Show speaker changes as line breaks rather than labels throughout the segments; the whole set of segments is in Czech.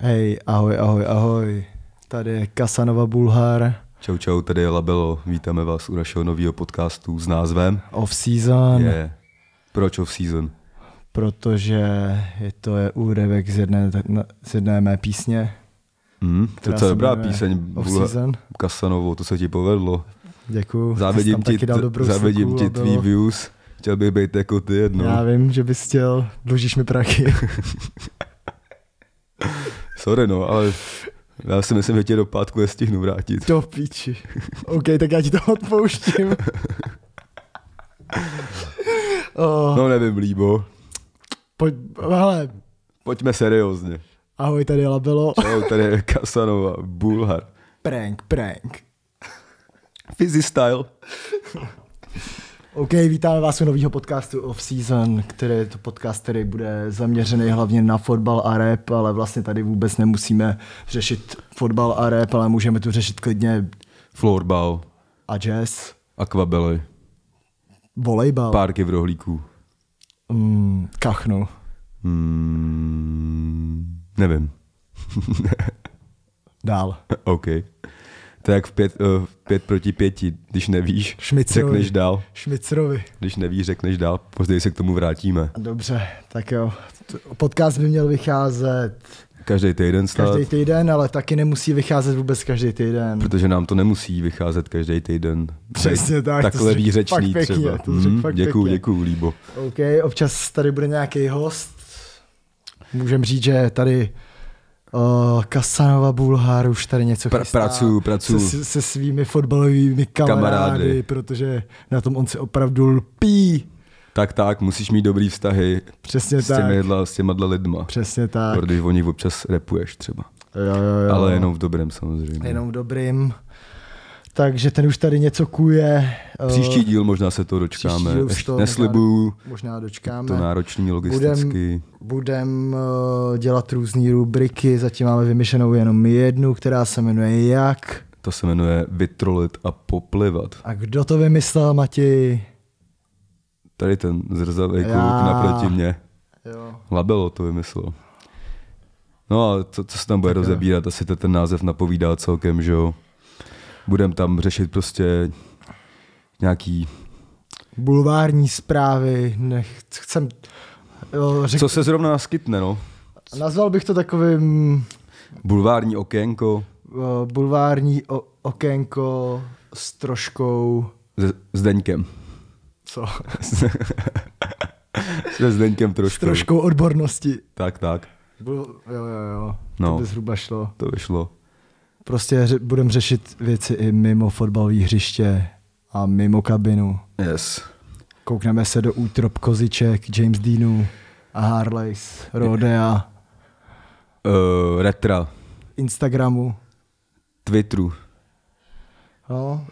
Hej, ahoj, ahoj, ahoj. Tady je Kasanova Bulhar,
Čau, čau, tady je Labelo, vítáme vás u našeho nového podcastu s názvem
off season,
je Proč of Season.
protože je to je úryvek z jedné, tak- na- z jedné mé písně.
Mm, to je
která
docela
se
dobrá
jmenuje
píseň
Off
Bulha-
season.
Kasanovo, to se ti povedlo.
Děkuju.
Závidím ti,
taky dal dobrou
závidím
suku,
ti
Labelo.
tvý views, chtěl bych být jako ty jednou.
Já vím, že bys chtěl, dlužíš mi prachy.
Sorry no, ale já si myslím, že tě do pátku nestihnu vrátit.
Do píči. OK, tak já ti to odpouštím. oh,
No nevím, líbo.
pojď, hele,
Pojďme seriózně.
ahoj, tady je Labelo.
Čau, tady je Kasanova, Bulhar.
Prank, prank.
Fizzy style.
OK, vítáme vás u nového podcastu Off Season, který je to podcast, který bude zaměřený hlavně na fotbal a rap, ale vlastně tady vůbec nemusíme řešit fotbal a rap, ale můžeme tu řešit klidně
Floorball,
a jazz,
akvabely,
volejbal,
párky v rohlíku.
mm, kachnu.
Hmm, nevím.
Dál.
OK. To je jak v pět, uh, pět proti pěti, když nevíš,
Šmicrovi.
řekneš dál.
Šmicrovi.
Když nevíš, řekneš dál, později se k tomu vrátíme.
Dobře, tak jo. T- Podcast by měl vycházet
Každý týden snad,
každý týden, ale taky nemusí vycházet vůbec každý týden.
protože nám to nemusí vycházet každý týden.
Přesně tak, to
Takhle
jsi řekl fakt
výřečný
pěkně,
třeba.
to jsi řekl
Mhm,
fakt
děkuju,
pěkně.
děkuju, líbo.
OK, občas tady bude nějaký host. Můžem říct, že tady uh, Kasanova Bulhár už tady něco
Pra-
chystá
pracuju, pracuju.
Se, se svými fotbalovými kamarády, kamarády,
Kamarády.
protože na tom on se opravdu lpí.
Tak, tak, musíš mít dobrý vztahy
Přesně
s
tak.
těmi jedla, s těma dle lidma.
Přesně tak.
Protože o nich občas repuješ třeba.
Jo, jo, jo.
Ale jenom v dobrém samozřejmě.
jenom dobrým. Takže ten už tady něco kuje. Eh,
Příští díl možná se to dočkáme.
díl už
Ještě
to
neslibuju,
možná dočkáme.
to náročný logisticky.
Budem eh, dělat různé rubriky, zatím máme vymyšlenou jenom jednu, která se jmenuje Jak.
To se jmenuje vytrolit a poplivat.
A kdo to vymyslel, Mati?
Tady ten zrzavý kluk
Já.
naproti mě.
Jo.
Labelo to vymyslel. No a co, co se tam bude rozebírat, asi to ten název napovídá celkem, že jo. Budem tam řešit prostě nějaký,
Bulvární zprávy, nech, chcem, jo, řek,
co se zrovna naskytne, no.
nazval bych to takovým
Bulvární okénko
eh, bulvární o, okénko s troškou,
se Zdeňkem.
co?
Se Zdeňkem
S
trošku.
troškou odbornosti.
Tak, tak,
Bul, jo, jo, jo, to
No.
by zhruba šlo.
to vyšlo.
Prostě ře- budeme řešit věci i mimo fotbalové hřiště a mimo kabinu.
Yes.
Koukneme se do útrop koziček, James Deanů a Harleys, Rodea,
Uh, retra,
Instagramu
Twitteru,
no,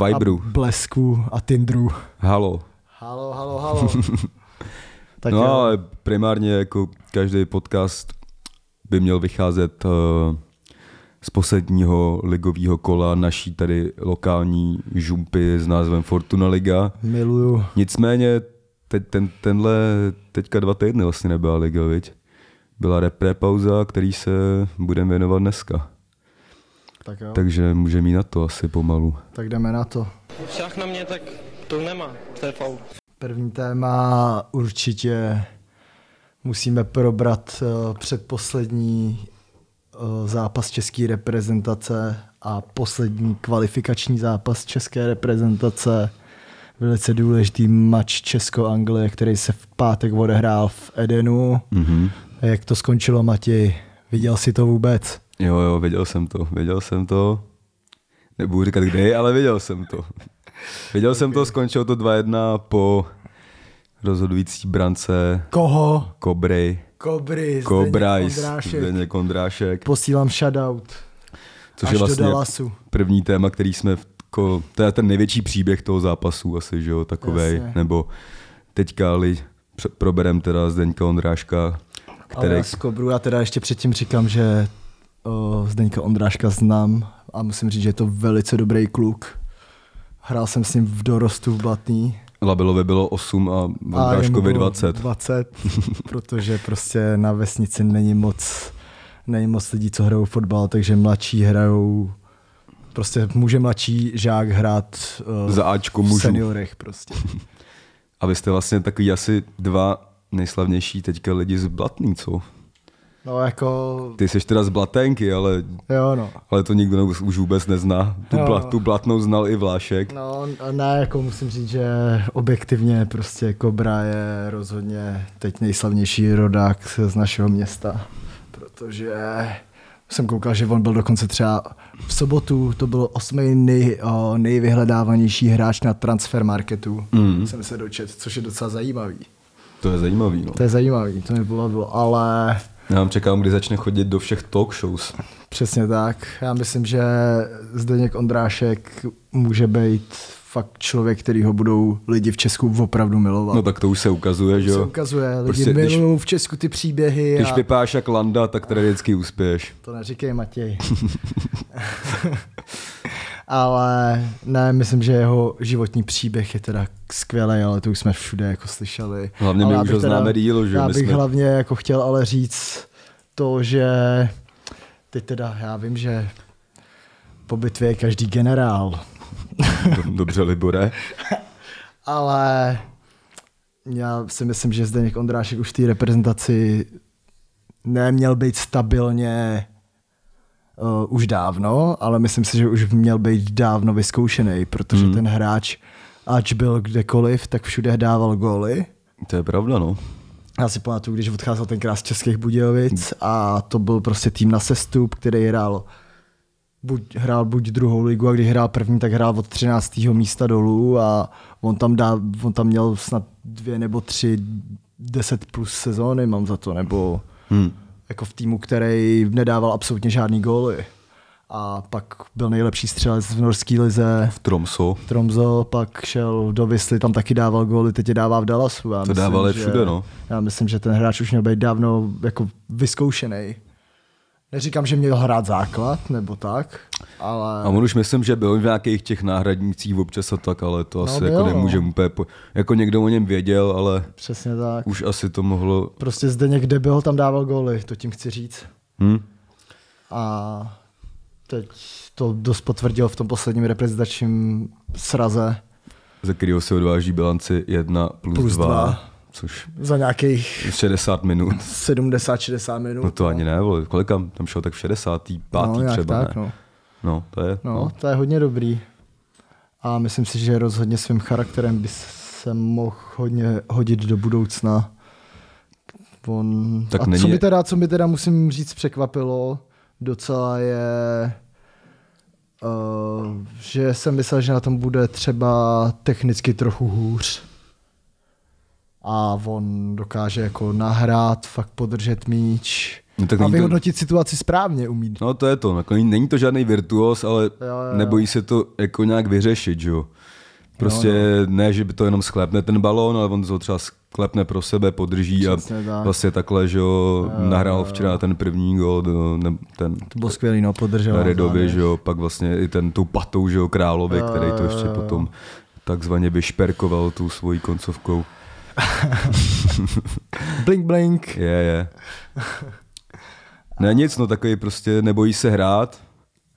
a
Viberu,
Blesku a Tinderu.
Halo.
Halo, halo, halo. tak
no
jo,
ale primárně jako každý podcast by měl vycházet uh, z posledního ligového kola naší tady lokální žumpy s názvem Fortuna Liga.
miluju.
Nicméně teď, ten, tenhle teďka dva týdny vlastně nebyla liga, viď? Byla repre pauza, který se budeme věnovat dneska.
Tak jo, tak,
Takže můžeme jít na to asi pomalu.
tak jdeme na to.
Šach na mě, tak to nemá, to je faul.
První téma určitě musíme probrat eh, předposlední eh, zápas české reprezentace a poslední kvalifikační zápas české reprezentace. Velice důležitý mač Česko-Anglie, který se v pátek odehrál v Edenu.
Mhm.
Jak to skončilo, Mati? Viděl jsi to vůbec?
Jo, jo, věděl jsem to, věděl jsem to. Nebudu říkat kdy, ale věděl jsem to. Věděl jsem to, skončilo to 2-1 po rozhodující brance
Koho?
Kobry,
Kobry.
Kobrajs,
Zdeněk
Zdeněk Kondrášek,
Posílám shoutout.
což
až
je
do
vlastně
Dallasu.
první téma, který jsme, v- ko, to je ten největší příběh toho zápasu asi, že jo, takovej,
Jasně.
nebo teďka li, pře- proberem teda Zdeňka Ondráška,
Který... Ale
který,
já z Kobru, já teda ještě předtím říkám, že o, Zdeňka Ondráška znám a musím říct, že je to velice dobrý kluk. Hrál jsem s ním v dorostu v Blatný.
Labelovi bylo 8 a
a jemu
Ondráškovi
bylo
20.
20, protože prostě na vesnici není moc není moc lidí, co hrajou fotbal, takže mladší hrajou, prostě může mladší žák hrát uh,
Za Ačko
v
můžu.
seniorech prostě.
A vy jste vlastně takový asi dva nejslavnější teďka lidi z Blatný, co?
No jako,
Ty jsi teda z Blatenky, ale,
jo no.
ale to nikdo už už vůbec nezná. Tu,
Jo.
bla, tu Blatnou znal i Vlášek.
No, ne, jako musím říct, že objektivně prostě Kobra je rozhodně teď nejslavnější rodák z našeho města, protože jsem koukal, že on byl dokonce třeba v sobotu, to byl osmý nej, o, nejvyhledávanější hráč na transfer marketu, mm. jsem se dočet, což je docela zajímavý.
To je zajímavý, no.
To je zajímavý, to mi pobavilo, ale
Já vám čekám, kdy začne chodit do všech talk shows.
Přesně tak. Já myslím, že Zdeněk Ondrášek může být fakt člověk, který ho budou lidi v Česku opravdu milovat.
No tak to už se ukazuje, že
se
jo.
ukazuje, lidi
Prostě,
prostě,
když-
milují v Česku ty příběhy
Když
a
vypáš jak Landa, tak tady vždycky uspěješ.
to neříkej Matěj. ale ne, myslím, že jeho životní příběh je teda skvělý, ale to už jsme všude jako slyšeli.
Hlavně my
ale já
už
bych
ho známe díl, že
Já
my
bych
jsme-
hlavně jako chtěl ale říct to, že teď teda já vím, že po bitvě je každý generál,
Do- Dobře, Libore.
ale já si myslím, že Zdeněk Ondrášek už v té reprezentaci neměl být stabilně uh, už dávno, ale myslím si, že už měl být dávno vyzkoušený, protože mm. ten hráč, ač byl kdekoliv, tak všude dával góly.
To je pravda, no.
Já si pamatuju, když odcházel tenkrát z Českých Budějovic a to byl prostě tým na sestup, který hrál buď, hrál buď druhou ligu a když hrál první, tak hrál od 13. místa dolů a on tam, dá, on tam měl snad dvě nebo tři 10 plus sezóny, mám za to, nebo hmm. jako v týmu, který nedával absolutně žádný góly. A pak byl nejlepší střelec v norské lize.
V Tromso.
Tromzo pak šel do Visly, tam taky dával góly, teď je dává v Dallasu. Já
To dával
že,
všude, no.
Já myslím, že ten hráč už měl být dávno jako vyzkoušený. Neříkám, že měl hrát základ nebo tak, ale
A on už myslím, že byl v nějakých těch náhradnících občas a tak, ale to asi
byl,
jako
no.
nemůžeme úplně... Po... Jako někdo o něm věděl, ale
přesně tak.
už asi to mohlo...
Prostě zde někde byl, tam dával góly, to tím chci říct.
Hm?
A teď to dost potvrdil v tom posledním reprezentačním sraze
Ze kterého se odváží bilanci 1 plus,
Plus
plus 2,
dva.
což
za nějakých
60 minut.
70-60 minut.
No to ani ne, vole. kolikam tam šel, tak v 65.
no, nějak
třeba,
tak,
ne?
no.
no. to je,
No, to je hodně dobrý. A myslím si, že rozhodně svým charakterem by se mohl hodně hodit do budoucna. On...
Tak
a
není-
co, by teda, co by teda, musím říct, překvapilo docela je, uh, že jsem myslel, že na tom bude třeba technicky trochu hůř. A on dokáže jako nahrát, fakt podržet míč
No, tak
a
není to-
vyhodnotit situaci správně umí.
No to je to, jako není- není to žádný virtuos, ale jo, jo,
jo.
jo. nebojí se to jako nějak vyřešit, že jo. Prostě jo, no. ne, že by to jenom sklepne ten balón, ale on to třeba sklepne pro sebe, podrží
Přesně
a
tak.
vlastně takhle, že jo, nahrál včera ten první gol, do- ne, ten
To bylo skvělý, no, podržel.
Redovi, že jo, pak vlastně i ten tou patou, že jo, Královi,
Jo,
který to
jo,
ještě
jo.
potom takzvaně vyšperkoval tou svojí koncovkou.
Blink, blink.
Je, je. Ne nic, no takový prostě nebojí se hrát,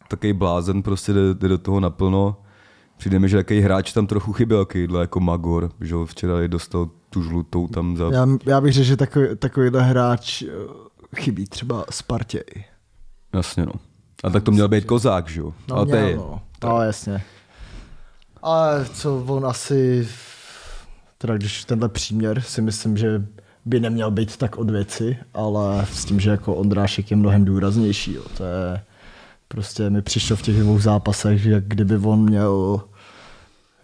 takový blázen prostě jde, jde do toho naplno. Přijde mi, že takový hráč tam trochu chyběl, takovýhle jako Magor, že jo, včera je dostal tu žlutou tam za...
Já, já bych řekl, že takový, takovýhle hráč eh, chybí třeba Spartě. i.
Jasně no. A tak to měl být kozák, že jo?
No,
Ale to
měl,
je-
no. no, jasně. Ale co on asi, teda když tenhle příměr si myslím, že by neměl být tak od věci, ale s tím, že jako Ondrášek je mnohem důraznější, jo. to je prostě mi přišlo v těch dvou zápasech, že kdyby on měl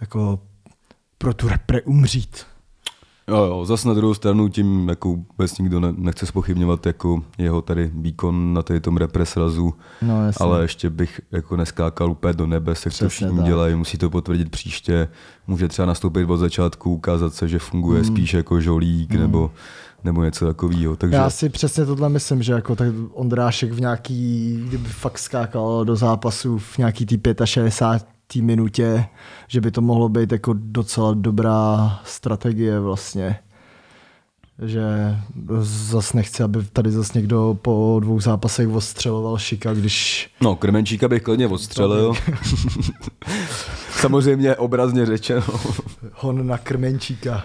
jako pro tu repre umřít.
Jo, jo, zas na druhou stranu tím jako vůbec nikdo ne, nechce spochybňovat jako jeho tady výkon na tady tom represrazu,
No, jasně.
ale ještě bych jako neskákal úplně do nebe, se to
Přesně
všichni
tak.
dělají, musí to potvrdit příště, může třeba nastoupit od začátku, ukázat se, že funguje
Hmm.
spíš jako žolík nebo, nebo něco takového, takže
Já si přesně tohle myslím, že jako tak Ondrášek v nějaký, kdyby fakt skákal do zápasu v nějaký tý 65. minutě, že by to mohlo být jako docela dobrá strategie vlastně. že zas nechci, aby tady zas někdo po dvou zápasech ostřeloval šika, když
No, Krmenčíka bych klidně odstřelil. Samozřejmě obrazně řečeno.
hon na krmenčíka.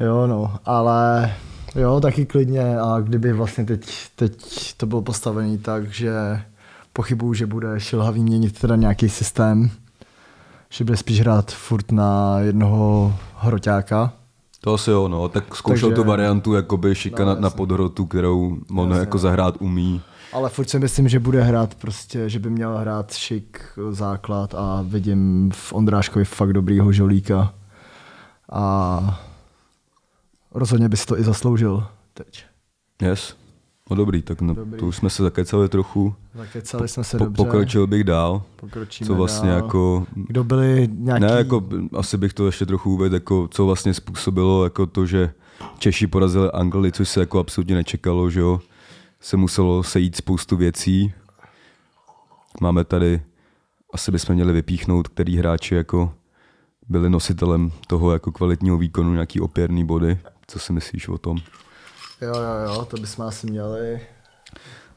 Jo, no, ale jo, taky klidně a kdyby vlastně teď, teď to bylo postavené tak, že pochybuju, že bude šilhavý měnit teda nějaký systém, že bude spíš hrát furt na jednoho hroťáka,
To asi jo, no. Tak zkoušel
Takže-
tu variantu jakoby šikana no, na podhrotu, kterou on jako zahrát umí.
Ale furt si myslím, že bude hrát prostě, že by měl hrát šik základ a vidím v Ondráškovi fakt dobrýho žolíka. A rozhodně by si to i zasloužil teď.
Yes. No dobrý, tak na, to už jsme se zakecali trochu.
Zakecali jsme se
Po,
dobře.
pokročil bych dál.
Pokročíme
co vlastně
dál.
jako...
Kdo byli nějaký...
Ne, jako b- asi bych to ještě trochu uvedl, jako co vlastně způsobilo jako to, že Češi porazili Anglii, což se jako absolutně nečekalo, že jo. Se muselo sejít spoustu věcí. Máme tady, asi bychom měli vypíchnout, který hráči jako byli nositelem toho jako kvalitního výkonu, nějaký opěrný body. Co si myslíš o tom?
Jo, jo, jo, to bychom asi měli.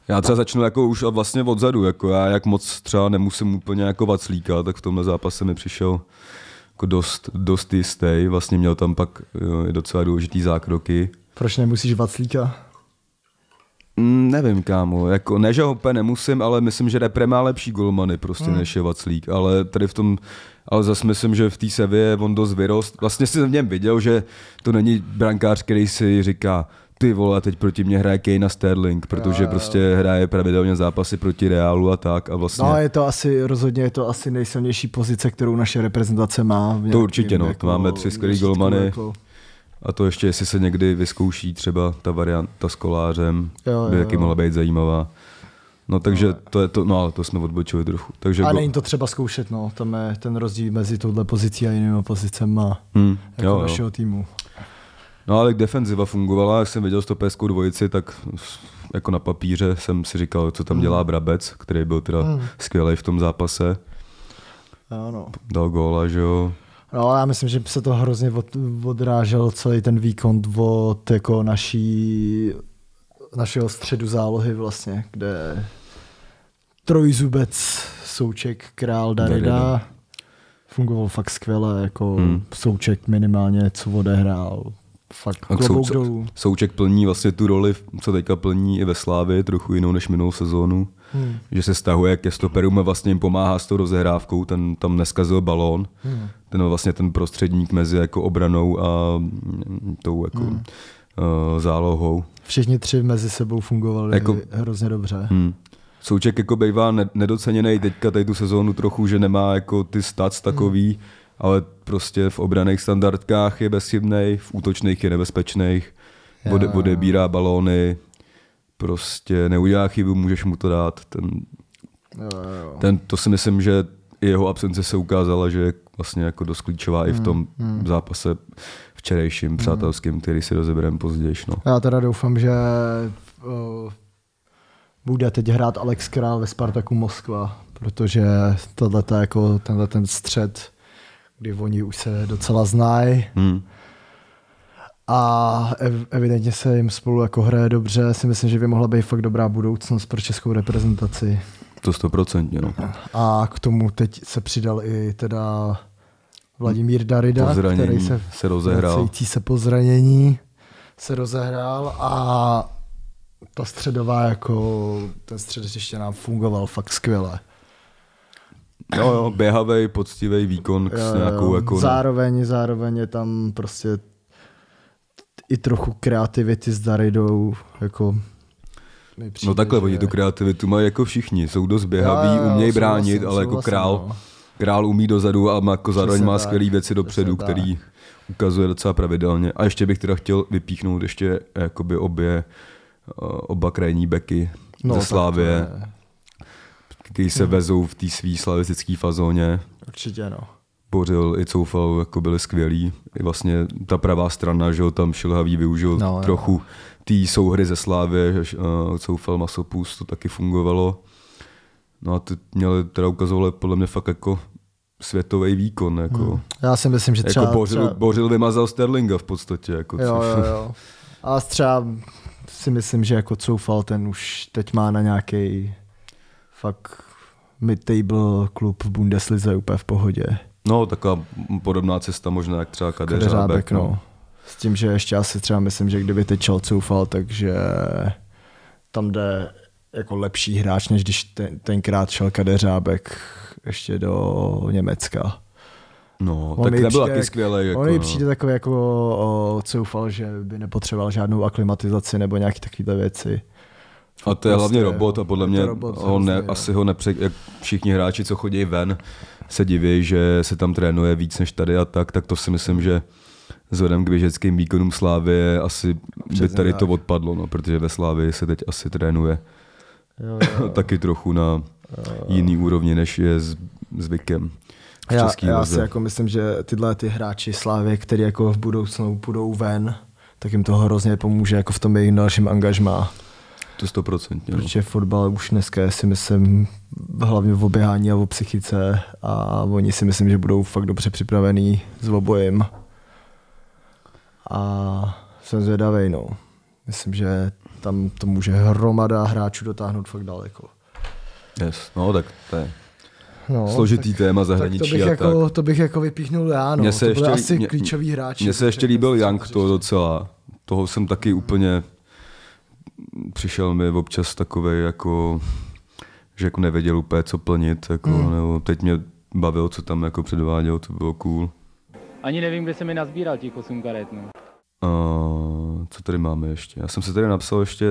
Já třeba začnu jako už a vlastně odzadu, jako já jak moc třeba nemusím úplně jako vaclíka, tak v tomhle zápase mi přišel jako dost, dost jistý, vlastně měl tam pak jo, i docela důležitý zákroky.
Proč nemusíš Vaclíka?
Mm, nevím, kámo, jako ne, že ho úplně nemusím, ale myslím, že repre má lepší golmany prostě hmm. než je Vaclík, ale tady v tom, ale zase myslím, že v té sevě on dost vyrost. Vlastně jsem v něm viděl, že to není brankář, který si říká, ty vole, teď proti mě hraje Kejna Sterling, protože prostě hraje pravidelně zápasy proti Reálu a tak a vlastně...
No, je to asi, rozhodně je to asi nejsilnější pozice, kterou naše reprezentace má. v nějakým
určitě, no. To máme tři skvělý
měřítku,
golmany.
jako-
A to ještě, jestli se někdy vyzkouší třeba ta varianta s kolářem,
Jo, jo,
by jaký
jo.
mohla být zajímavá. No takže to je to, no ale to jsme odbočili trochu. Takže
A
go-
není to třeba zkoušet, no. Tam je ten rozdíl mezi touhle pozicí a jinými pozicema
Hmm,
jako
jo, jo.
našeho týmu.
No ale defenziva fungovala, jak jsem viděl stopérskou dvojici, tak s- jako na papíře jsem si říkal, co tam dělá Brabec, který byl teda skvělý v tom zápase.
Jo, no.
Dal góla, že jo.
no ale já myslím, že se to hrozně od, odrážel celý ten výkon od jako naší, našeho středu zálohy vlastně, kde trojzubec Souček, Král Darida
Darida.
fungoval fakt skvěle, jako hmm. Souček minimálně, co odehrál. Fakt
A
klobouk
Souček-
dolů.
Souček plní vlastně tu roli, co teďka plní i ve Slávě, trochu jinou než minulou sezónu. Hmm. Že se stahuje ke stoperům a vlastně jim pomáhá s tou rozehrávkou, ten tam neskazil balón. Hmm. Ten byl vlastně ten prostředník mezi jako obranou a mm, tou jako hmm. uh, zálohou.
Všichni tři mezi sebou fungovali jako...
Jako-
hrozně dobře.
Hmm. Souček jako bývá ne- nedoceněný teďka tady tu sezónu trochu, že nemá jako ty stats takový, hmm. ale prostě v obraných standardkách je bezchybnej, v útočných je nebezpečných, ode- odebírá balóny, prostě neudělá chybu, můžeš mu to dát. Ten,
Jo, jo, jo.
ten, to si myslím, že i jeho absence se ukázala, že je vlastně jako dost klíčová i v tom zápase včerejším přátelským, který si rozebereme později. No.
Já teda doufám, že uh, bude teď hrát Alex Král ve Spartaku Moskva, protože tohleta, jako tenhle ten střed, kdy oni už se docela znají
Hmm.
a ev- evidentně se jim spolu jako hraje dobře, si myslím, že by mohla být fakt dobrá budoucnost pro českou reprezentaci.
To stoprocentně. No.
A k tomu teď se přidal i teda Vladimír
Po
Darida,
zranění
který se,
se rozehrál.
vracející se po zranění se rozehrál a ta středová jako ten střed ještě nám fungoval fakt skvěle.
Jo, jo, běhavej, poctivý výkon k- s nějakou jako...
Ehm, zároveň, zároveň je tam prostě i trochu kreativity s Daridou, jako mi přijde,
No takhle,
že-
oni tu kreativitu mají jako všichni, jsou dost
Jo, jo,
běhaví,
jo,
umějí
souhlasím,
bránit, ale jako
souhlasím,
král,
no.
král umí dozadu a má jako zároveň
Přesně
má
tak,
skvělé věci dopředu,
přesně tak.
který ukazuje docela pravidelně. A ještě bych teda chtěl vypíchnout ještě jakoby obě, eh, oba krajní beky
No,
no, ze
tak to
Slávě,
je- Mhm.
který se vezou v té svý slavistické fazóně.
Určitě no.
Bořil i Coufal jako byli skvělí. I vlastně ta pravá strana, že jo, tam Šilhavý využil
No,
no,
jo.
trochu té souhry ze Slávy, že uh, Coufal Masopust, to taky fungovalo. No a ty měli, teda ukazovali podle mě fakt jako světový výkon. Jako, hmm.
Já si myslím, že třeba...
jako bořil,
třeba...
bořil, vymazal Sterlinga v podstatě. Jako,
Jo,
což-
jo, jo. A třeba si myslím, že jako Coufal ten už teď má na nějaký fakt mid-table klub v Bundeslize úplně v pohodě.
No, taková podobná cesta možná, jak třeba Kadeřábek.
Kadeřábek, no. S tím, že ještě asi třeba myslím, že kdyby teď šel Coufal, takže tam jde jako lepší hráč, než když ten, tenkrát šel Kadeřábek ještě do Německa.
No,
On
tak
mi
nebyl
přijde-
taky skvělý. Jako,
On mi
no.
přijde takový jako o, coufal, že by nepotřeboval žádnou aklimatizaci nebo nějaký takovýhle věci.
A to
Prostě,
je hlavně robot a podle
je to
mě
robot,
ho ne,
hrozný, no.
asi ho nepře... Jak všichni hráči, co chodí ven, se diví, že se tam trénuje víc než tady a tak, tak to si myslím, že vzhledem k běžeckým výkonům Slávy asi by
Přesně
tady to
tak.
odpadlo, no, protože ve Slávii se teď asi trénuje
Jo,
taky trochu na jiný úrovni, než je z, zvykem. V
Já,
český
já
lize.
si jako myslím, že tyhle ty hráči Slávy, který jako v budoucnu půjdou ven, tak jim to hrozně pomůže jako v tom jejich dalším angažmá.
To stoprocentně. No.
Protože fotbal už dneska je si myslím hlavně v oběhání a v psychice a oni si myslím, že budou fakt dobře připravený s obojím. A jsem zvědavej, no. Myslím, že tam to může hromada hráčů dotáhnout fakt daleko.
Yes. no, tak to je
No,
složitý téma
tak, tak to,
zahraničí
bych
a tak.
jako, to bych jako vypíchnul já, no.
Mně se
to byly
ještě-
asi
mně-
klíčový hráči.
Mně se ještě líbil Young to docela. Toho jsem taky úplně... Přišel mi občas takový jako že jako nevěděl úplně, co plnit. Jako,
Hmm.
mm. nebo teď mě bavilo, co tam jako předváděl, to bylo cool.
Ani nevím, kde se mi nazbíral těch 8 karet. No.
Uh, co tady máme ještě? Já jsem se tady napsal ještě,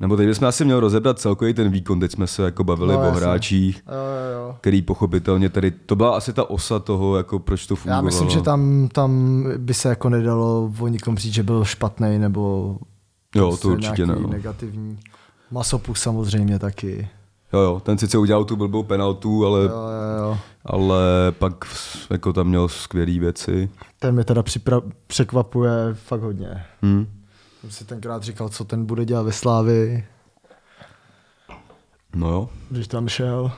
nebo teď bychom asi měli rozebrat celkový ten výkon, teď jsme se jako bavili
No,
no, o
jasně.
hráčích,
Jo, jo, jo.
který pochopitelně tady, to byla asi ta osa toho, jako proč to fungovalo.
Já myslím, že tam, tam by se jako nedalo o nikom říct, že byl špatný nebo
Jo, to
prostě
určitě
nějaký
ne, no.
negativní. Masopuk samozřejmě taky.
Jo, jo, ten sice udělal tu blbou penaltu, ale,
Jo, jo, jo.
ale pak s- jako tam měl skvělé věci.
Ten mě teda připra- překvapuje fakt hodně.
Hmm.
Jsem si tenkrát říkal, co ten bude dělat ve Slávi,
No jo.
když tam šel.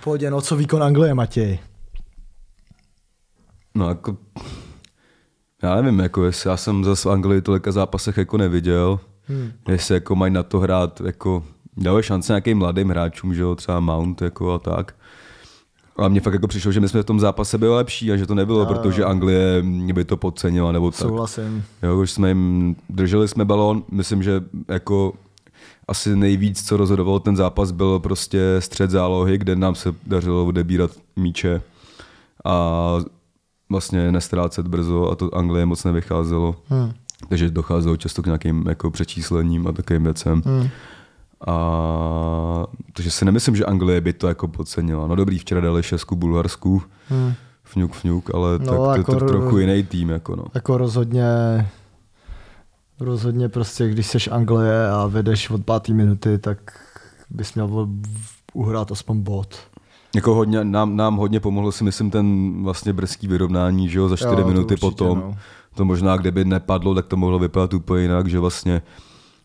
V Pohodě, no co výkon Anglie, Matěj?
No jako, já nevím, jako jestli já jsem zase v Anglii tolika zápasech jako neviděl, hmm. jestli jako mají na to hrát, jako dali šance nějakým mladým hráčům, že jo, třeba Mount jako a tak. A mně fakt jako přišlo, že my jsme v tom zápase byli lepší a že to nebylo, protože Anglie by to podcenila nebo tak.
Souhlasím.
Jo, už jsme jim, drželi jsme balón, myslím, že jako asi nejvíc, co rozhodoval ten zápas, byl prostě střed zálohy, kde nám se dařilo odebírat míče a vlastně nestrácet brzo a to Anglie moc nevycházelo. Hmm. Takže docházelo často k nějakým jako přečíslením a takovým věcem. Hmm. A, takže si nemyslím, že Anglie by to jako podcenila. No dobrý, včera dali šestku Bulharsku, hmm. fňuk, fňuk, ale
No,
no, tak to je
jako
to
ro-
trochu jiný tým. Jako no.
Jako rozhodně, rozhodně prostě, když seš Anglie a vedeš od páté minuty, tak bys měl v- v- uhrát aspoň bod.
Jako hodně, nám, nám hodně pomohlo si myslím ten vlastně brzký vyrovnání, že jo, za
Jo,
čtyři
to
minuty
určitě,
potom.
no.
To možná, kdyby nepadlo, tak to mohlo vypadat úplně jinak, že vlastně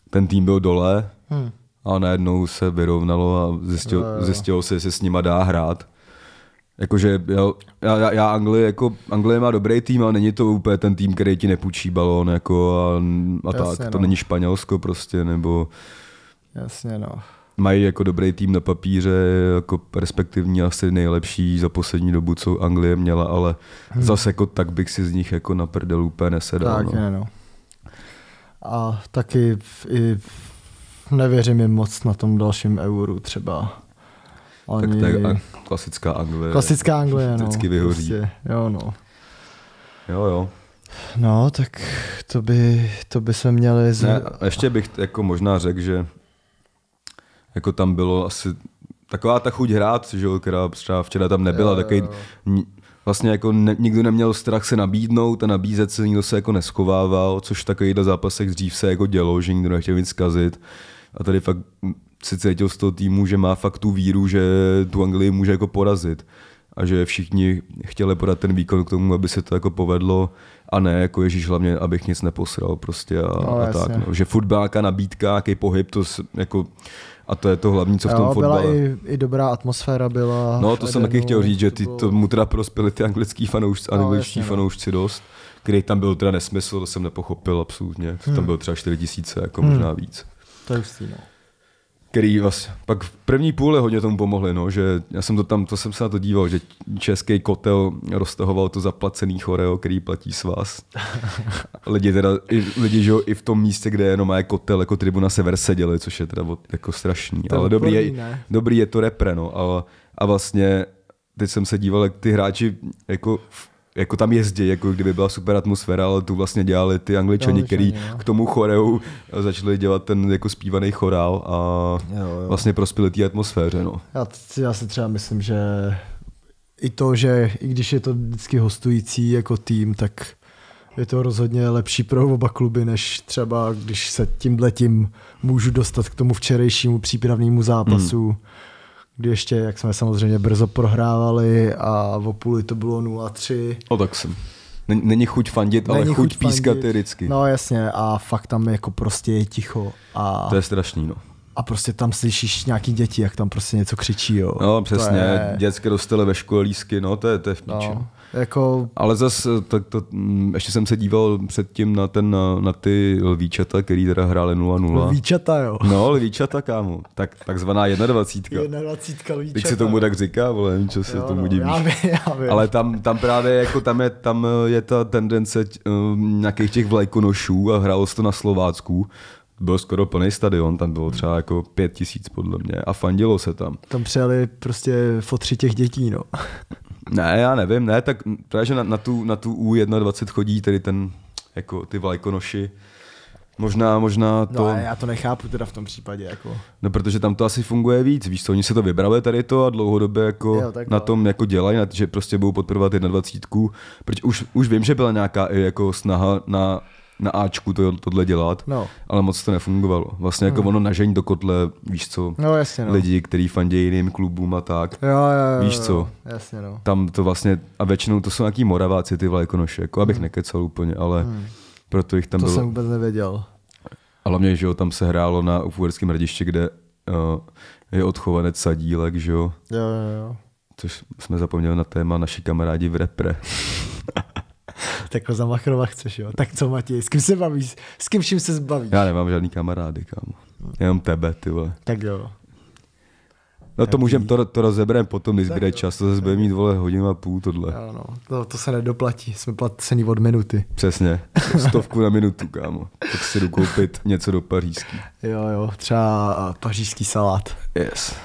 ten tým byl dole
Hmm.
a najednou se vyrovnalo a zjistilo,
Jo, jo, jo.
zjistilo se, jestli s nima dá hrát. Jakože jo, já, já, já Anglie, jako, Anglie má dobrý tým, ale není to úplně ten tým, který ti nepůjčí balón jako a, a tak.
Jasně,
to
no.
není Španělsko prostě, nebo
Jasně, no.
mají jako dobrý tým na papíře, jako respektivní asi nejlepší za poslední dobu, co Anglie měla, ale hmm. zase jako tak bych si z nich jako na prdel úplně nesedal.
tak,
no.
ne, no. A taky v, i v, nevěřím jim moc na tom dalším euru třeba.
tak
Oni,
to je a- klasická Anglie.
klasická Anglie, no.
Vždycky vyhoří.
jo, no.
Jo, jo.
No, tak to by, to by se měli... Z...
Ne, a ještě bych t- jako možná řekl, že jako tam bylo asi taková ta chuť hrát, že jo, která třeba včera tam nebyla,
Jo,
jo,
jo,
takový,
jo.
ni- vlastně jako ne, nikdo neměl strach se nabídnout a nabízet se, nikdo se jako neschovával, což v takovýchto zápasech dřív se jako dělo, že nikdo nechtěl nic zkazit a tady fakt si cítil z toho týmu, že má fakt tu víru, že tu Anglii může jako porazit a že všichni chtěli podat ten výkon k tomu, aby se to jako povedlo a ne jako Ježíš hlavně, abych nic neposral prostě a,
No,
no, a tak.
jasně.
No. Že fotbálka, nabídka, jaký pohyb, to s- jako, a to je to hlavní, co v tom
jo, byla
fotbale.
i, i, dobrá atmosféra, byla.
No,
v
to jsem taky
Edenu,
chtěl říct, že ty,
bylo-
to mu teda prospěli ty anglický fanoušci,
No,
angličtí
jasně, no.
fanoušci dost, který tam byl teda nesmysl, to jsem nepochopil absolutně. Hmm. Tam bylo třeba 4 tisíce, jako hmm. možná víc.
To je hustý, no.
Který vás, pak v první půle hodně tomu pomohli, no, že já jsem to tam, to jsem se na to díval, že český kotel roztahoval to zaplacený choreo, který platí s vás. lidi teda, i, lidi, že jo, i v tom místě, kde jenom má kotel, jako tribuna sever seděli, což je teda od, jako strašný.
To je
ale dobrý,
odporný,
je,
ne?
dobrý je to repre, no. A, a vlastně teď jsem se díval, jak ty hráči jako, jako tam jezdí, jako kdyby byla super atmosféra, ale tu vlastně dělali ty
Angličani,
angličani,
no.
který
jo.
k tomu choreu začali dělat ten jako zpívaný chorál a
Jo, jo.
vlastně prospěli té atmosféře, no.
Já, t- já si třeba myslím, že i to, že i když je to vždycky hostující jako tým, tak je to rozhodně lepší pro oba kluby, než třeba když se tímhle tím můžu dostat k tomu včerejšímu přípravnému zápasu,
Hmm.
mm. kdy ještě, jak jsme samozřejmě brzo prohrávali a v půli to bylo 0-3.
O, No, tak jsem. Nen- Není chuť fandit, ale
Není
chuť, chuť pískat
fandit.
je vždycky. No.
No jasně a fakt tam jako prostě je ticho a,
To je strašný, no.
a prostě tam slyšíš nějaký děti, jak tam prostě něco křičí. Jo.
No, přesně.
To je,
Je... Dětské dostali ve škole lísky, no, to je, to je v píči. No.
no, jako
Ale zase, tak to, mm, ještě jsem se díval předtím na, ten, na- na ty lvíčata, který teda hráli 0-0.
Lvíčata, jo.
No, lvíčata, kámo. Tak, takzvaná 21.
21 lvíčata.
Teď se tomu tak říká, vole, nevím, co se
no. Jo,
tomu
no,
divíš.
Já vím, já vím.
Ale tam, tam právě jako tam je, tam eh, je ta tendence t- eh, nějakých těch vlajkonošů a hrálo se to na Slovácku. Byl skoro plný stadion, tam bylo třeba jako pět tisíc podle mě a fandilo se tam.
Tam přijeli prostě fotři těch dětí, no.
Ne, já nevím, ne, tak m, právě, že na, na, tu, na tu U21 chodí tedy ten, jako ty vlajkonoši. Možná, možná
No
to,
a
no,
já to nechápu teda v tom případě, jako.
no, protože tam to asi funguje víc, víš co, oni se to vybrali tady to a dlouhodobě jako
Jo, no.
jo,
takhle.
na tom jako dělají, na- že prostě budou podporovat 21, protože už, už vím, že byla nějaká i jako snaha na, na Ačku to, tohle dělat,
No.
ale moc to nefungovalo. Vlastně jako hmm. ono nažení do kotle, víš co,
No, jasně, no.
lidi, kteří fandějí jiným klubům a tak.
Jo, jo, jo.
Víš
jo,
co?
Jasně, no.
tam to vlastně, a většinou to jsou nějaký moraváci ty vlajkonoše, jako abych hmm. nekecal úplně, ale hmm. proto jich tam
To
bylo.
jsem
Jsem...
vůbec nevěděl.
A hlavně, že jo, tam se hrálo na Ufuerském hradišti, kde uh, je odchovanec Sadílek, že jo,
Jo, jo, jo.
což jsme zapomněli na téma naši kamarádi v repre.
Takhle za Machrova chceš, jo. Tak co, Matěj, s kým se bavíš? S kým vším se zbavíš?
Já nemám žádný kamarády, kámo. Jenom tebe, ty vole.
Tak jo.
No to můžeme, to, to rozebereme potom, když zbyde čas, to zase bude mít, vole, hodinu a půl tohle.
Jo, no. To, to se nedoplatí. Jsme placený od minuty.
Přesně. Stovku na minutu, kámo. Tak si jdu koupit něco do pařížský.
Jo, jo. Třeba a, pařížský salát.
Yes.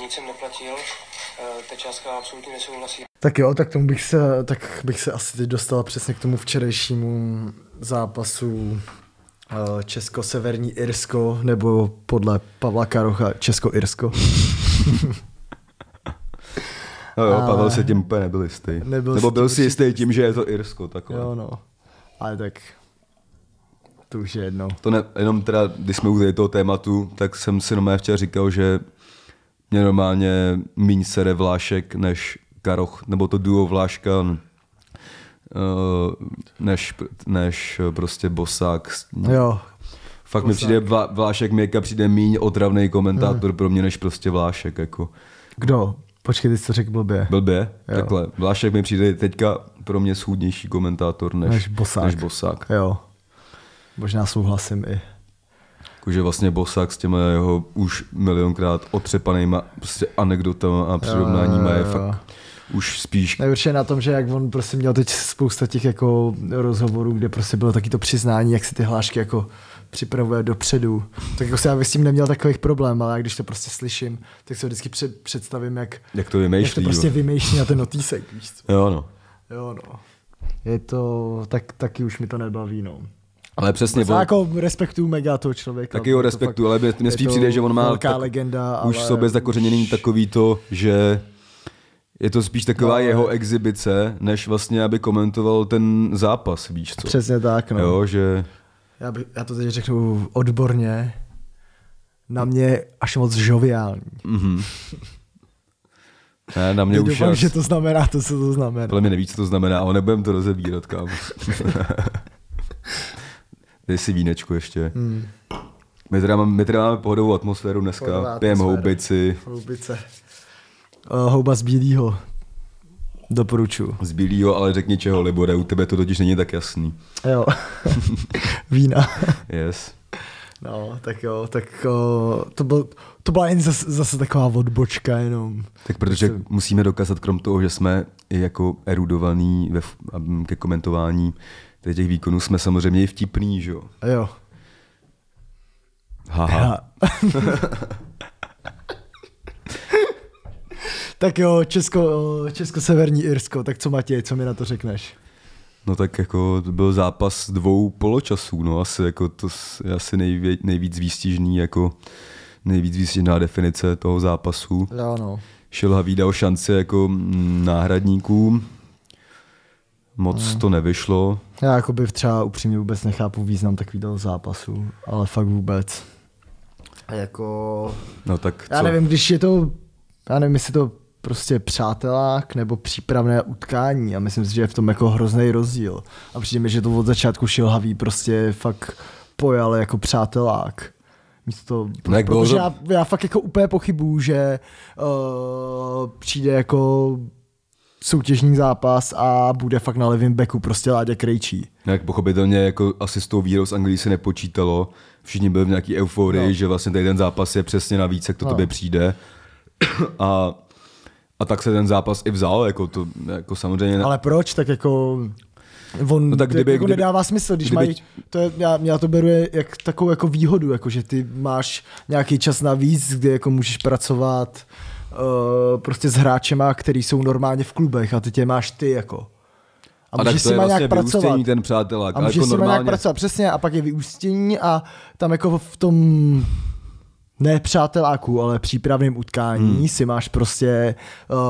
Nic jsem neplatil, eh, ta částka absolutně nesouhlasí.
Tak jo, tak tomu bych se, tak bych se asi teď dostal přesně k tomu včerejšímu zápasu eh, Česko-Severní Irsko, nebo podle Pavla Karocha Česko-Irsko.
Jo, jo, Pavel se tím úplně nebyl jistý.
Nebyl
Nebyl Nebo
si
byl
tím
si jistý tím, že je to Irsko takhle.
Jo no, ale tak to už je jedno.
To ne, jenom teda, když jsme u tady toho tématu, tak jsem si normálně včera říkal, že mě normálně míň sere Vlášek než Karoch, nebo to duo Vláška uh, než, než prostě Bosák. s-
Jo,
Fakt mi přijde, Vlá, Vlášek Měka přijde míň otravný komentátor
Hmm.
pro mě, než prostě Vlášek. Jako.
kdo? Počkej, ty jsi to řekl blbě.
Blbě,
Jo.
jo. takhle. Vlášek mi přijde teďka pro mě schůdnější komentátor než,
Než Bosák.
Než bosák.
Jo, možná souhlasím i.
Jakože vlastně Bosák s těma jeho už milionkrát otřepanýma prostě anekdotama a přirovnáníma je
jo, jo.
fakt už spíš...
Nejhorší je na tom, že jak on prostě měl teď spousta těch jako rozhovorů, kde prostě bylo taky to přiznání, jak si ty hlášky jako připravuje dopředu. Tak jako se já bych s tím neměl takových problém, ale já když to prostě slyším, tak se vždycky před, představím, jak,
Jak to
jak to
vymýšlí.
prostě
jo.
vymýšlí na ten notýsek, víš co?
Jo, no.
Jo, no. Je to, tak, taky už mi to nebaví, no.
Ale přesně,
Já
on,
jako respektuju mega toho člověka.
taky ho
je to
respektu,
fakt-
ale mě-
je
mně spíš
to
přijde, že on má
velká
tak,
legenda,
už
ale
v sobě zakořeněný takový to, že je to spíš
No,
taková jeho exibice, než vlastně, aby komentoval ten zápas, víš co.
Přesně tak, no.
Jo, že...
Já, bych, já to teď řeknu odborně. Na mě až moc žoviální.
Mhm. Ne, na mě
Já
už
doufám,
jas.
že to znamená to, co to znamená.
Podle mě neví, co to znamená, ale nebudem to rozebírat, kámo. Dej si vínečku ještě. Hmm. My teda, máme, my teda máme pohodovou atmosféru dneska,
Pohodová
pijeme
atmosféra.
houbici
Houbice. Uh, houba z bílýho. Doporučuju.
z bílýho, ale řekni čeho, Libore, u tebe to totiž není tak jasný.
Jo. Vína.
Yes.
No, tak jo, tak uh, to, byl, to byla jen zase, zase taková odbočka jenom.
Tak protože
Prostě-
musíme dokázat, krom toho, že jsme i jako erudovaný ve, f- a, mm, ke komentování tady těch výkonů, jsme samozřejmě i vtipný, že jo?
A Jo.
Haha.
tak jo, Česko, Česko-Severní Irsko, tak co Matěj, co mi na to řekneš?
No tak jako to byl zápas dvou poločasů, no asi jako to s- je asi nejvě, nejvíc výstižný jako nejvíc výstižná definice toho zápasu.
Jo, no.
Šel Havída o šance jako mm, náhradníkům, moc
Hmm.
to nevyšlo.
Já jako by třeba upřímně vůbec nechápu význam takového zápasu, ale fakt vůbec. A jako...
No tak co?
Já nevím, když je to, já nevím, jestli to prostě přátelák nebo přípravné utkání a myslím si, že je v tom jako hrozný rozdíl. A přijde mi, že to od začátku šilhavý prostě fakt pojal jako přátelák. Místo to,
No jak bylo
protože
to-
já, já fakt jako úplně pochybuju, že uh, přijde jako soutěžní zápas a bude fakt na levém beku prostě Láďa Krejčí.
No, Jak pochopitelně jako asi s tou výhrou z Anglii se nepočítalo. Všichni byli v nějaký euforii, no. že vlastně tady ten zápas je přesně navíc, jak to no. tobě přijde. A, a tak se ten zápas i vzal, jako to jako samozřejmě...
Ale proč? Tak jako... On
No
no
tak
tak
kdyby-
jako
kdyby-
nedává smysl, když
kdyby-
kdyby, mají, to je, já, já, to beru je- jak takovou jako výhodu, jako že ty máš nějaký čas navíc, kde jako můžeš pracovat uh, prostě s hráčema, který jsou normálně v klubech a ty tě máš ty jako. A,
tak
můžeš
to
si
je
má
vlastně
nějak pracovat.
vyústění ten přátelák.
A
ale
můžeš
jako
si má nějak
normálně,
pracovat, přesně, a pak je vyústění a tam jako v tom ne přáteláku, ale přípravném utkání hmm. si máš prostě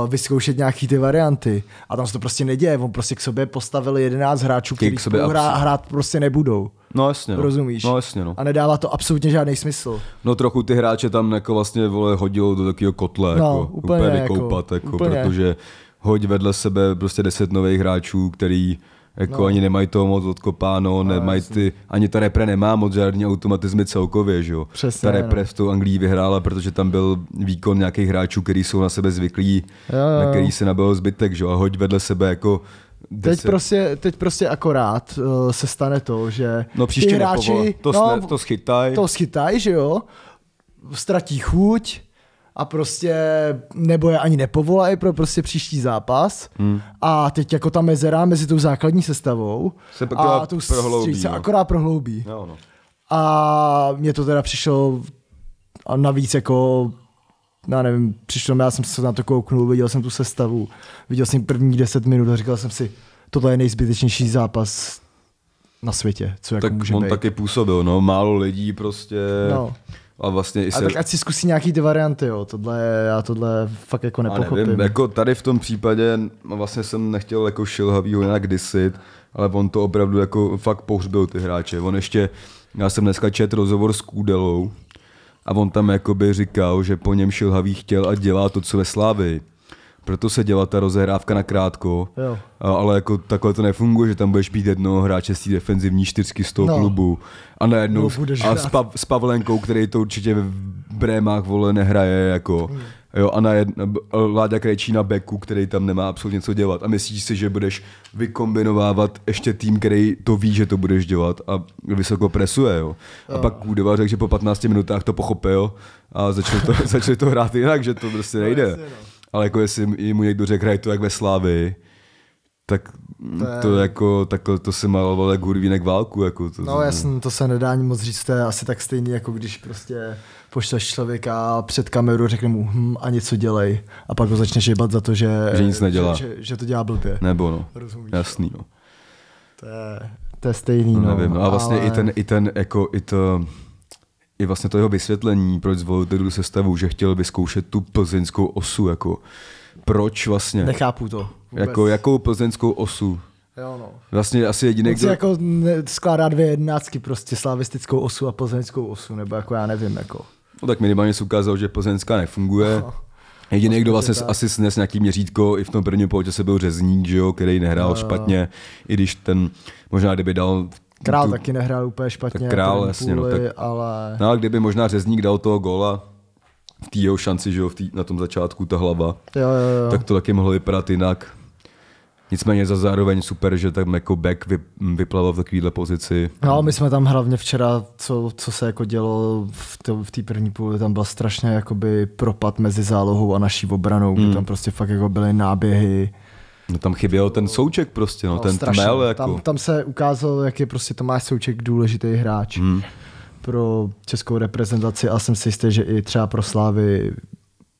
uh, vyzkoušet nějaký ty varianty. A tam se to prostě neděje. On prostě k sobě postavil 11 hráčů, kteří
k sobě
spolu hrá,
abs-
hrát prostě nebudou.
No jasně. No.
Rozumíš?
No jasně, no.
A nedává to absolutně žádný smysl.
No trochu ty hráče tam jako vlastně vole hodilo do takového kotle,
No,
jako, úplně,
úplně,
úplně
jako,
vykoupat, jako,
úplně.
protože hoď vedle sebe prostě deset nových hráčů, který jako no. ani nemají toho moc odkopáno, no, nemají ty, ani ta repre nemá moc žádný automatizmy celkově, že jo.
Přesně,
ta repre
no.
v tou Anglii vyhrála, protože tam byl výkon nějakých hráčů, kteří jsou na sebe zvyklí, jo, jo. na který se nabil zbytek, že jo, a hoď vedle sebe jako
Teď
deset.
prostě, teď prostě akorát uh, se stane to, že
No
ty
příště
hráči,
nepovolá. To,
no,
no, to schytaj.
to schytaj, že jo, ztratí chuť a prostě nebo je ani nepovolají pro prostě příští zápas hmm. a teď jako ta mezera mezi tou základní sestavou
Se pak
a
akorát
tou
prohloubí,
střílí se
no.
akorát prohloubí.
No, no.
A mně to teda přišlo a navíc jako já nevím, přišlo mi, já jsem se na to kouknul, viděl jsem tu sestavu, viděl jsem první 10 minut a říkal jsem si, tohle je nejzbytečnější zápas na světě, co jako
tak
může
on
být.
taky působil, no, málo lidí prostě.
No.
A vlastně i
A
se...
tak ať si zkusí nějaký ty varianty, jo. Tohle, je- já tohle fakt jako
a
nepochopím.
nevím, jako tady v tom případě no, vlastně jsem nechtěl jako šilhavýho nějak disit, ale on to opravdu jako fakt pohřbil ty hráče. On ještě, já jsem dneska čet rozhovor s Kůdelou a on tam jakoby říkal, že po něm šilhavý chtěl a dělá to, co ve Slávii. Proto se dělá ta rozehrávka na krátko,
Jo.
A- ale jako takhle to nefunguje, že tam budeš být jednoho hráče z té defenzivní čtyřky z toho
No.
klubu a najednou
No,
s-
budeš
a
hrát.
s, pa, s Pavlenkou, který to určitě v Brémách vole nehraje jako jo, a na jedna, b- Láďa Krejčí na beku, který tam nemá absolutně co dělat a myslíš si, že budeš vykombinovávat ještě tým, který to ví, že to budeš dělat a vysoko presuje jo. a pak
Eh.
Kůdova řekl, že po 15 minutách to pochopil a začali to, začali to hrát jinak, že to prostě nejde
jasně, no.
ale jako jestli mu někdo řekl, hraj to jak ve Slávii, tak to,
je-
to jako, takhle to si maloval jak hurvínek válku, jako to,
No jasně, to se nedá ani moc říct, to je asi tak stejný, jako když prostě pošleš člověka před kameru, řekne mu hm, a něco dělej a pak ho začneš jebat za to, že,
Že nic nedělá.
Že, že, že to dělá blbě. Ne.
nebo no,
Rozumíš.
jasný no.
To, je, to je stejný, no.
No, nevím, no a vlastně
ale-
i ten, i ten, jako i to, i vlastně to jeho vysvětlení, proč zvolil tu sestavu, že chtěl vyzkoušet tu plzeňskou osu, jako proč vlastně,
Nechápu to. Vůbec.
jako jakou plzeňskou osu,
Jo, no.
vlastně asi jediný,
Někdo...
kdo, jako...
jako ne- skládá dvě jednáctky, prostě slavistickou osu a plzeňskou osu, nebo jako já nevím, jako.
no tak minimálně se ukázalo, že plzeňská nefunguje, Jediný, kdo vlastně s- asi snes nějaký měřítko, i v tom prvním poločase byl Řezník, že jo, který nehrál špatně, i když ten, možná kdyby dal...
Král
tu-
taky nehrál úplně špatně.
král,
ten
jasně, no,
půli,
tak-
ale...
No, ale kdyby možná Řezník dal toho góla, v té jeho šanci, že jo, v tý, na tom začátku ta hlava,
Jo, jo, jo.
No. tak to taky mohlo vypadat jinak. Nicméně za zároveň super, že tam jako back vy, vyplaval v takovéhle pozici.
No, my jsme tam hlavně včera, co, co se jako dělo v té v té první půli, tam byl strašně jakoby propad mezi zálohou a naší obranou, hmm. kde tam prostě fakt jako byly náběhy.
No, tam chyběl ten souček prostě, no,
No,
ten
strašně.
tmel jako.
tam, tam se ukázalo, jak je prostě Tomáš Souček důležitý hráč hmm. pro českou reprezentaci a jsem si jistý, že i třeba pro Slávy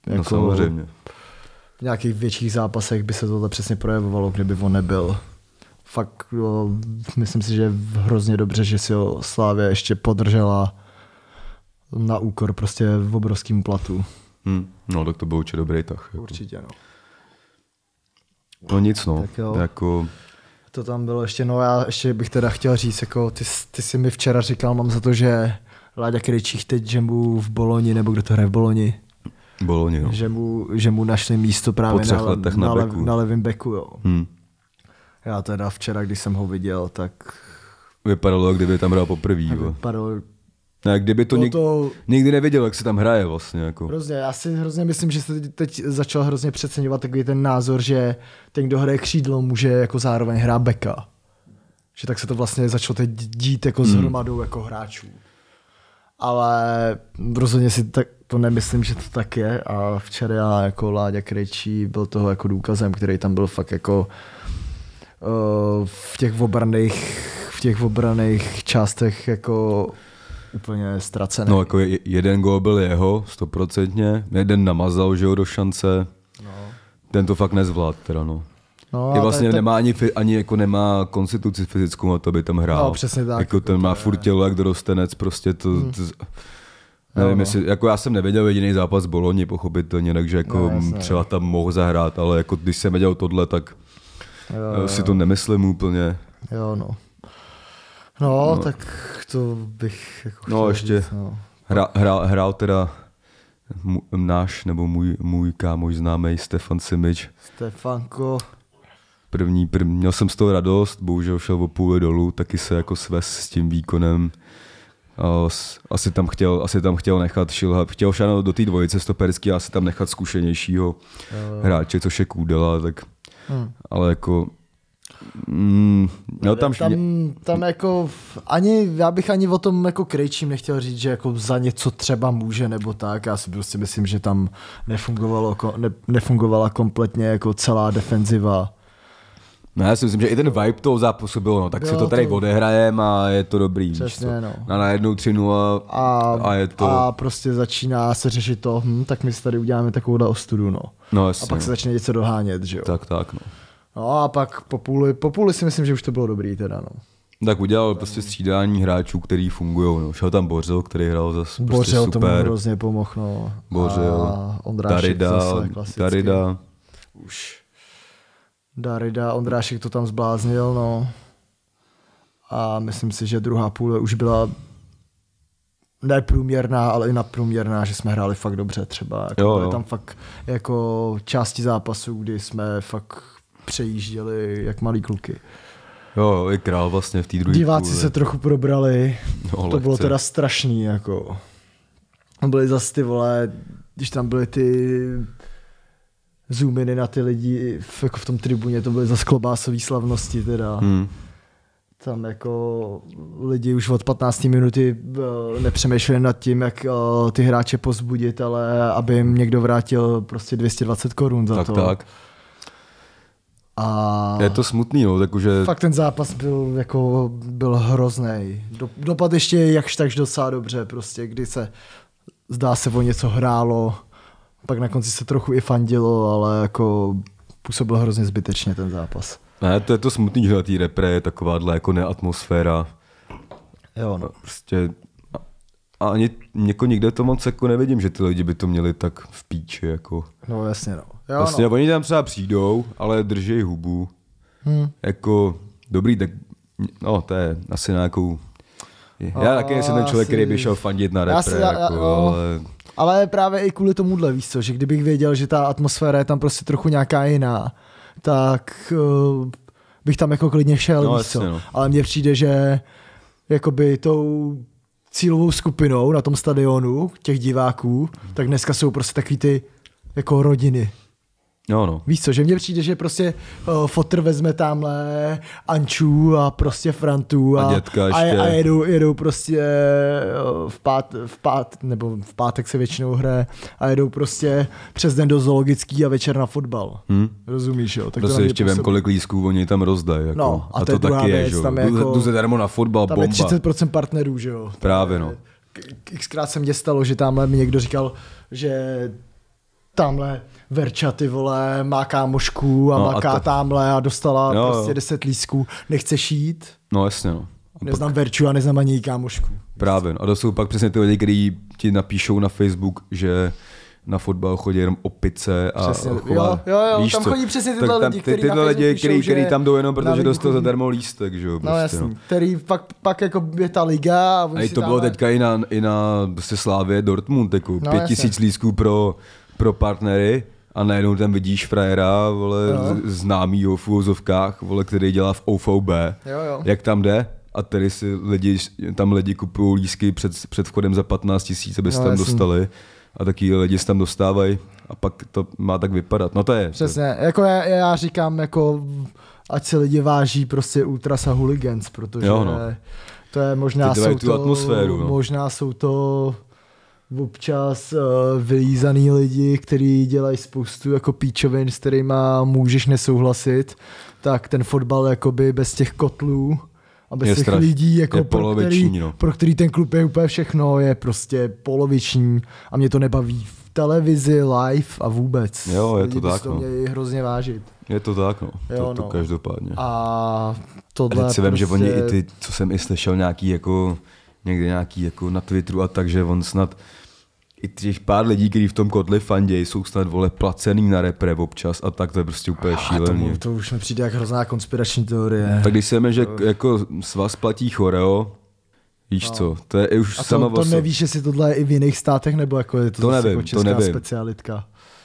no,
jako
samozřejmě.
v nějakých větších zápasech by se tohle přesně projevovalo, kdyby on nebyl. Fakt jo, myslím si, že je hrozně dobře, že si ho Slávě ještě podržela na úkor prostě v obrovským platu.
Hm. No, tak to byl určitě dobrý tah. Jako.
Určitě, no.
No nic, no.
Tak jo.
Jako,
To tam bylo ještě, no já ještě bych teda chtěl říct, jako ty, ty jsi mi včera říkal, mám za to, že Láďa Krejčích teď, že mu v Boloni, nebo kdo to hraje v Boloni,
Boloni, no.
že mu, že mu našli místo
Po
právě
třech
na,
letech na
na, lev,
beku.
na levém beku, jo.
Hm.
Já teda včera, když jsem ho viděl, tak
Vypadalo, jak kdyby tam hrál poprvý. vole.
vypadal
No, jak kdyby to,
Bylo
nik,
to-
nikdy nevěděl, jak se tam hraje vlastně. Jako.
Hrozně, já si hrozně myslím, že se teď- teď začal hrozně přeceňovat takový ten názor, že ten, kdo hraje křídlo, může jako zároveň hrát beka. Že tak se to vlastně začalo teď dít jako s
Hmm.
hromadou jako hráčů. Ale rozhodně si tak, to nemyslím, že to tak je a včera jako Láďa Krejčí byl toho jako důkazem, který tam byl fakt jako eh, v těch obraných v těch obraných částech jako úplně ztracený.
No jako je, jeden gól byl jeho, stoprocentně. Jeden namazal, že jo, do šance.
no.
Ten to fakt nezvlád, teda no.
No,
je
a
vlastně
tady
ten...
ten-
nemá ani, fi- ani jako nemá konstituci fyzickou na to, aby tam hrál.
No, přesně tak, Hmm.
Jako
jako
ten má furt tělo jak dorostenec, prostě to... to
no.
nevím, jestli, jako já jsem nevěděl jediný zápas Boloni, pochopitelně, takže jako
No, jasně.
no, třeba tam mohl zahrát, ale jako když jsem věděl tohle, tak jo, si to nemyslím úplně.
Jo, no. No, no. tak to bych jako
No,
chtěl
ještě.
Říct, no.
Hra, hrál, hrál teda mu- náš nebo můj, můj kámoš známý Stefan Simič.
Stefanko,
První, první, měl jsem z toho radost, bohužel šel o půl dolů, taky se jako svez s tím výkonem. A s- Asi tam chtěl, asi tam chtěl nechat Šilha, chtěl šáno do té dvojice stoperský a asi tam nechat zkušenějšího hráče, což je Kůdela, tak,
Hmm.
ale jako, mm, no tam,
tam,
tam
tam jako v- ani, já bych ani o tom jako krejčím nechtěl říct, že jako za něco třeba může nebo tak, já si prostě myslím, že tam nefungovalo, ko- ne, nefungovala kompletně jako celá defenziva.
No já si myslím, že i ten vibe toho zápasu bylo, no, tak jo, si
Jo,
to tady
to-
to... odehrajeme a je to dobrý. víš
Přesně,
co.
no.
A najednou 3 a,
A,
a je to,
a prostě začíná se řešit to, hm, tak my si tady uděláme takovouhle ostudu, no.
no
A
jasně,
pak se
no.
začne něco dohánět, že jo.
tak, tak, no.
No a pak po půli, po půli si myslím, že už to bylo dobrý teda, no.
Tak udělal prostě střídání hráčů, který fungují. No. Šel tam Bořil, který hrál zase prostě
Bořil tomu
super.
hrozně pomohl, no.
Bořil,
A Ondrášek Darida,
Darida,
zase klasicky. Darida.
Darida.
Už. Darida, Ondrášek to tam zbláznil, no. A myslím si, že druhá půle už byla neprůměrná, ale i nadprůměrná, že jsme hráli fakt dobře třeba. Jako
Jo,
byly
jo.
tam fakt jako části zápasů, kdy jsme fakt přejížděli jak malí kluky.
Jo, i král vlastně v té druhé
Diváci se trochu probrali.
No,
No, to
lehce.
bylo teda strašný, jako. A Byly zas ty vole, když tam byly ty zoominy na ty lidi v, jako v tom tribuně, to byly zas klobásové slavnosti teda. Hmm.
Hmm.
Tam jako lidi už od 15. minuty eh, nepřemýšleli nad tím, jak eh, ty hráče pozbudit, ale aby jim někdo vrátil prostě 220 korun za
Tak,
No to.
tak.
A...
Je to smutný, no, takže
Fakt ten zápas byl jako byl hrozný. Do, dopad ještě jakž takž docela dobře, prostě, kdy se zdá se o něco hrálo, pak na konci se trochu i fandilo, ale jako působil hrozně zbytečně ten zápas.
ne, to je to smutný, že na té repre je takováhle jako neatmosféra.
Jo, no.
Prostě a- a ani jako nikde to moc jako nevidím, že ty lidi by to měli tak v píči, jako.
No jasně, no. Jo,
Vlastně
no.
oni tam třeba přijdou, ale drží hubu. Hmm. Jako, dobrý, tak no, to je asi nějakou... Já
A
taky nejsem ten člověk,
asi-
který by šel fandit na
Já
repre,
si- já- já-
jako,
no.
ale
Ale právě i kvůli tomuhle, víš co, že kdybych věděl, že ta atmosféra je tam prostě trochu nějaká jiná, tak uh, bych tam jako klidně šel,
No,
víš
jasně,
co.
no.
Ale mně přijde, že jakoby tou cílovou skupinou na tom stadionu těch diváků, tak dneska jsou prostě takový ty jako rodiny.
No, no.
Víš co, že mně přijde, že prostě uh, fotr vezme tamhle Anču a prostě Frantu a,
A dětka
a,
ještě.
a jedou, jedou prostě uh, v, pát, v pát, nebo v pátek se většinou hraje a jedou prostě přes den do zoologický a večer na fotbal. Hmm. Rozumíš, jo? Tak
Tak
na
se
mě
Hm? Prostě ještě vem,
působí.
kolik lístků oni tam rozdají. Jako.
No, a to je
to
druhá
taky je,
věc,
že jo.
tam je
Jdu-
jako-
Jdu se darmo na fotbal,
Tam
bomba.
je 30% partnerů, že jo?
Právě, no.
K- Xkrát se mně stalo, že tamhle mi někdo říkal, že tamhle Verča ty vole má kámošku a
No
no,
a
maká a
to-
tamhle a dostala
Jo,
jo,
jo.
prostě 10 lísků. Nechceš jít?
No, jasně, no. A
Neznám Verču a neznám ani její kámošku.
Právě. no. A to jsou pak přesně ty lidi, kteří ti napíšou na Facebook, že na fotbal chodí jenom opice a
Přesně,
a
jo, jo, jo, tam
co?
chodí přesně tyhle
Tak tam
lidi,
ty,
který na
tyhle lidi,
Facebooku
který,
píšou,
který
že
tam jdou jenom,
na
protože
venku
dostal
chodí.
zadarmo lístek, že jo,
No
prostě,
jasný, no. který pak, pak jako je ta liga a oni
A i
si
to bylo
tamhle-
teďka i na, i na prostě Slávě Dortmund, jako
No,
no, pět
jasně.
tisíc lístků pro, pro partnery a najednou tam vidíš frajera, vole,
Jo.
no. známýho v úvozovkách, vole, který dělá v OVB,
Jo, jo.
jak tam jde a tady si lidi, tam lidi kupují lísky před, před vchodem za 15 tisíc, aby se
No,
tam
jasně.
dostali a taky lidi se tam dostávají a pak to má tak vypadat. No to je.
Přesně, jako já, já říkám, jako ať si lidi váží prostě ultras a hooligans, protože
Jo, no.
to je možná
Ty dělají
jsou
tu
to,
atmosféru, no.
možná jsou to občas uh, vylízaný lidi, kteří dělají spoustu jako píčovin, s kterými můžeš nesouhlasit, tak ten fotbal jakoby bez těch kotlů a bez
Je
těch
straš-
lidí, jako
je
pro, který,
poloviční, no.
pro který ten klub je úplně všechno, je prostě poloviční a mě to nebaví v televizi, live a vůbec.
Jo, je
Lidi
to
by si
tak,
to
no.
měli hrozně vážit.
To, je to tak, no.
Jo,
to, to
no.
každopádně.
A tohle
A teď si vím, že
prostě-
oni i ty, co jsem i slyšel nějaký jako, někde nějaký jako na Twitteru a tak, že on snad i těch pár lidí, kteří v tom kotli fandějí, jsou snad vole placený na repre občas a tak to je prostě úplně
a
šílený.
tomu, to už mi přijde jak hrozná konspirační teorie.
Tak když se jme, že jako svaz platí choreo, víš no. co, to je i už
a
sama
to,
vlastně-
to
o sobě-
nevíš, jestli tohle je i v jiných státech, nebo jako je to,
To
zase
nevím,
jako
to
česká
nevím.
specialitka.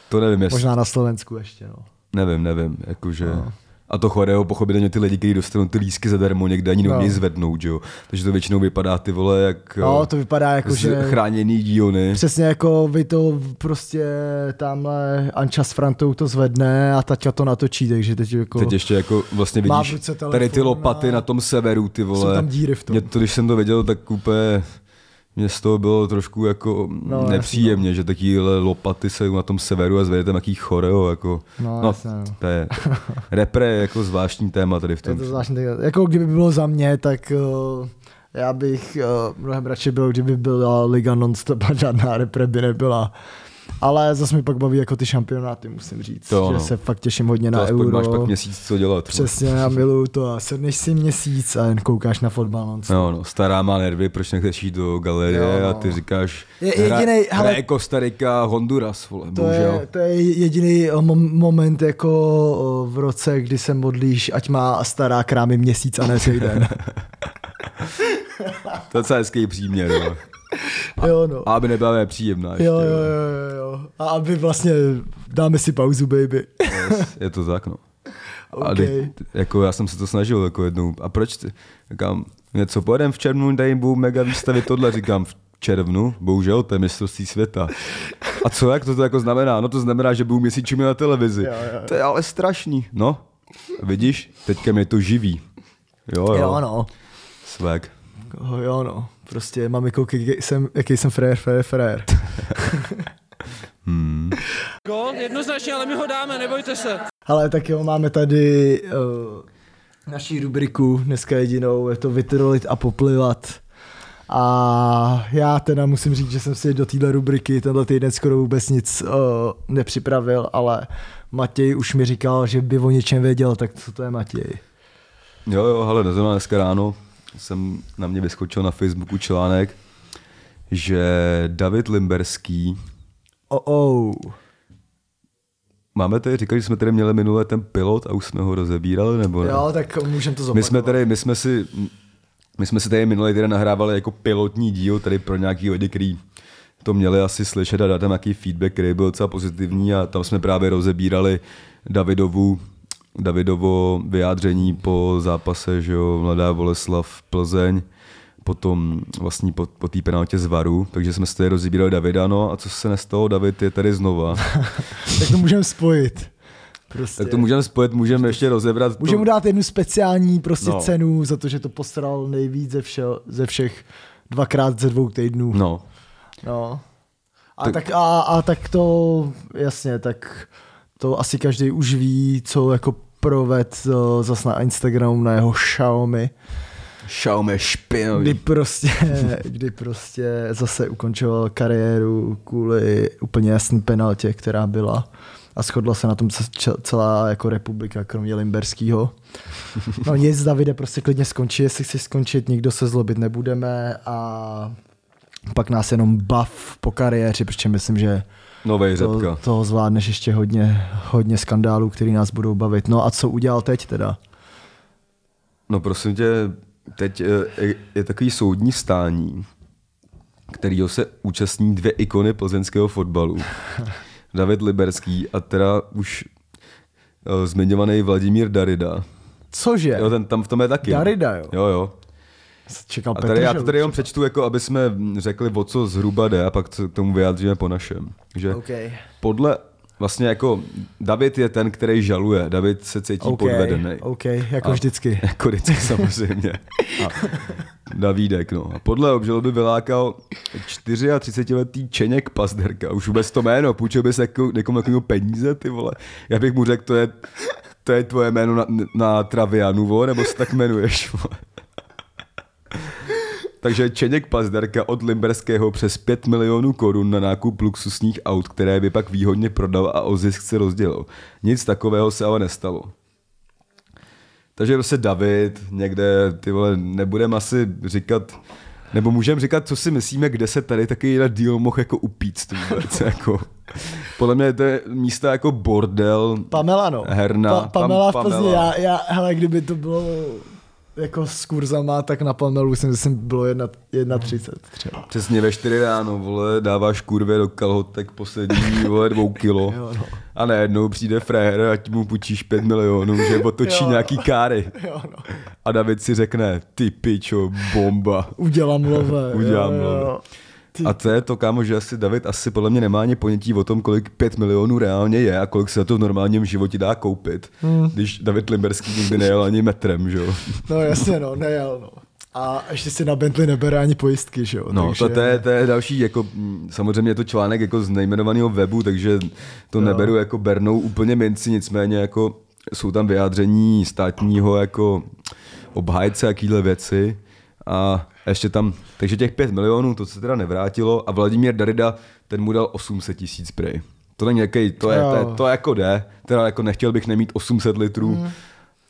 to nevím, jestli,
Možná No. na Slovensku ještě. No.
nevím, nevím, jakože... A to choreo, pochopitelně ty lidi, kteří dostanou ty lísky zadarmo, někde ani no.
No.
něj zvednou, že jo. Takže to většinou vypadá ty vole jak
no
eh,
to vypadá jako, že...
z chráněný dílny.
Přesně jako vy to prostě tamhle Anča s Frantou to zvedne a Taťa to natočí, takže teď jako...
Teď ještě jako vlastně
Má v
vidíš
ruce telefon
tady ty lopaty
a-
na tom severu, ty vole.
tam díry v tom.
Mě to, když jsem to viděl, tak úplně mě z toho bylo trošku jako
No,
no, nepříjemně, že takovýhle lopaty se na tom severu a zvedete jaký choreo, jako.
No, jasně, no.
to je, repre je jako zvláštní téma tady v
Je
tom.
to zvláštní, tak- jako kdyby bylo za mě, tak uh, já bych uh, mnohem radši byl, kdyby byla liga non-stop a žádná repre by nebyla. Ale zase mi pak baví jako ty šampionáty, musím říct,
To
že
ano.
se fakt těším hodně
to
na
aspoň
euro.
máš pak měsíc co dělat. no.
Přesně, a miluju to a sedneš si měsíc a jen koukáš na fotbal non
No, no, stará má nervy, proč nechceš jít do galerie
Jo,
jo,
no.
a ty říkáš,
Je-
hra-
jedinej, hele-
hraje Kostarika, Honduras, vole,
To
No, bohužel.
je, to je jediný o, mom- moment jako o, v roce, kdy se modlíš, ať má stará krámy měsíc a ne týden.
To je docela hezký příměr, jo.
jo, no.
A aby nebyla nepříjemná ještě,
Jo, jo, jo, jo, jo. A aby vlastně, dáme si pauzu, baby.
Yes, je to tak, no. A
OK.
teď, jako já jsem se to snažil jako jednou. A proč ty? Říkám, něco pojedem v červnu, dej jim budou mega výstavy tohle, říkám v červnu, bohužel, to je mistrovství světa. A co jak to, to jako znamená? No to znamená, že budou měsíčemi na televizi.
Jo, jo, jo.
To je ale strašný. No, vidíš, teďka mě to živí. Jo, jo,
Jo, no.
Svek.
Oh, jo, no. Prostě mám jako, jaký jsem, jaký jsem frajer, frajer, frajer.
Gol, jednoznačně, ale my ho dáme, nebojte se.
Ale tak jo, máme tady uh, naší rubriku, dneska jedinou, je to vytrolit a poplivat. A já teda musím říct, že jsem si do téhle rubriky tenhle týden skoro vůbec nic uh, nepřipravil, ale Matěj už mi říkal, že by o něčem věděl, tak co to je Matěj?
Jo, jo, hele, zrovna dneska ráno jsem na mě vyskočil na Facebooku článek, že David Limberský,
Oh, oh.
Máme tady říkat, že jsme tady měli minulé ten pilot a už jsme ho rozebírali, nebo ne?
Jo, tak můžeme to zopakovat.
my jsme tady, my jsme si, my jsme si tady minulý týden nahrávali jako pilotní díl tady pro nějaký lidi, který to měli asi slyšet a dát tam nějaký feedback, který byl docela pozitivní a tam jsme právě rozebírali Davidovu, Davidovo vyjádření po zápase, že jo, Mladá Boleslav Plzeň, potom vlastně po, po té penaltě z Varu, takže jsme se tady rozebírali Davida, no a co se nestalo, David je tady znova.
Tak to můžeme spojit. Prostě.
tak to můžeme spojit, můžeme ještě rozebrat.
Můžeme
to...
mu dát jednu speciální prostě no.
No.
cenu za to, že to posral nejvíc ze, všel, ze všech dvakrát ze dvou týdnů.
No,
No. A tak,
Tak-
tak, a, a tak to, jasně, tak to asi každý už ví, co jako proved uh, zas na Instagramu na jeho Xiaomi,
Xiaomi
kdy
špinový.
prostě, kdy prostě zase ukončoval kariéru kvůli úplně jasný penaltě, která byla a shodla se na tom ce- ce- celá jako republika, kromě Limberského. No nic, Davide, prostě klidně skončí, jestli chceš skončit, nikdo se zlobit nebudeme a pak nás jenom bav po kariéře, protože myslím, že
Novej
to,
řepka.
toho zvládneš ještě hodně, hodně skandálů, který nás budou bavit. No a co udělal teď teda?
No prosím tě, teď eh, je- je takový soudní stání, kterýho se účastní dvě ikony plzeňského fotbalu. David Liberský a teda už eh, zmiňovaný Vladimír Darida.
Cože?
Jo, ten tam v tom je taky. no.
Darida, jo?
Jo, jo.
Čekal
A tady, já to
Petržel.
tady jenom přečtu, jako aby jsme řekli, o co zhruba jde a pak se k tomu vyjádříme po našem. Že
Okej.
podle, vlastně jako David je ten, který žaluje. David se cítí
OK,
podvedený.
OK, jako vždycky.
Jako vždycky samozřejmě. A Davídek, no. A podle obžaloby vylákal 34-letý Čeněk Pazderka. Už vůbec to jméno, půjčil bys jako, někomu takového peníze, ty vole. Já bych mu řekl, to je, to je tvoje jméno na, na Travianuvo, nebo se tak jmenuješ, vole. Takže Čeněk Pazderka od Limberského přes 5 milionů korun na nákup luxusních aut, které by pak výhodně prodal a o zisk se rozdělil. Nic takového se ale nestalo. Takže prostě David někde, ty vole, nebudem asi říkat, nebo můžeme říkat, co si myslíme, kde se tady taky díl mohl jako upíct vůbec, jako. Podle mě to je místa jako bordel.
Pamela, no.
Herna.
Pa-
Pam-
Pamela, v Plzni, já, já, hele, kdyby to bylo jako s kurzama, tak na Pamelu si myslím bylo
Hmm.
1,30 třeba.
Přesně ve 4 ráno, vole, dáváš kurvě do kalhotek poslední, vole, dvou kilo.
Jo, no.
A najednou přijde frajer a ti mu půjčíš 5 milionů, že otočí
Jo.
nějaký káry.
Jo, no.
A David si řekne, ty pičo, bomba.
Udělám love.
Udělám
jo, jo,
love.
jo. Ty-
A to je to, kámo, že asi David asi podle mě nemá ani ponětí o tom, kolik 5 milionů reálně je a kolik se to v normálním životě dá koupit. Hmm. Když David Limberský nikdy nejel ani metrem, že jo.
No jasně, no, nejel, no. A ještě si na Bentley nebere ani pojistky, že jo?
No,
takže-
to, to, je, to je další, jako, mm, samozřejmě je to článek jako z nejmenovaného webu, takže to no. neberu jako bernou úplně minci, nicméně jako jsou tam vyjádření státního jako obhájce a kýhle věci a ještě tam, takže těch 5 milionů, to se teda nevrátilo a Vladimír Darida, ten mu dal 800 tisíc prej. To není jaký, to je, to, je,
Jo. Mhm.
to jako jde, teda jako nechtěl bych nemít 800 litrů, mm.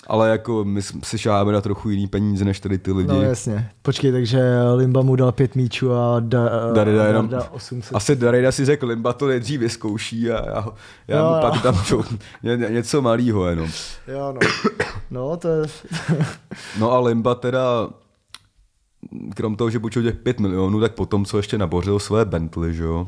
ale jako my s- si šáháme na trochu jiný peníze než tady ty lidi.
No jasně. Počkej, takže Limba mu dal pět míčů a da,
Darida jenom...
Darda 800.
Asi Darida si řekl, Limba to nejdřív vyzkouší a já, ho- já
Jo,
mu
jo.
pak tam čo, ně, ně- něco malýho jenom.
Jo, no. No, to je...
No a Limba teda, krom toho, že půjčil těch 5 milionů, tak potom, co ještě nabořil své Bentley, že jo,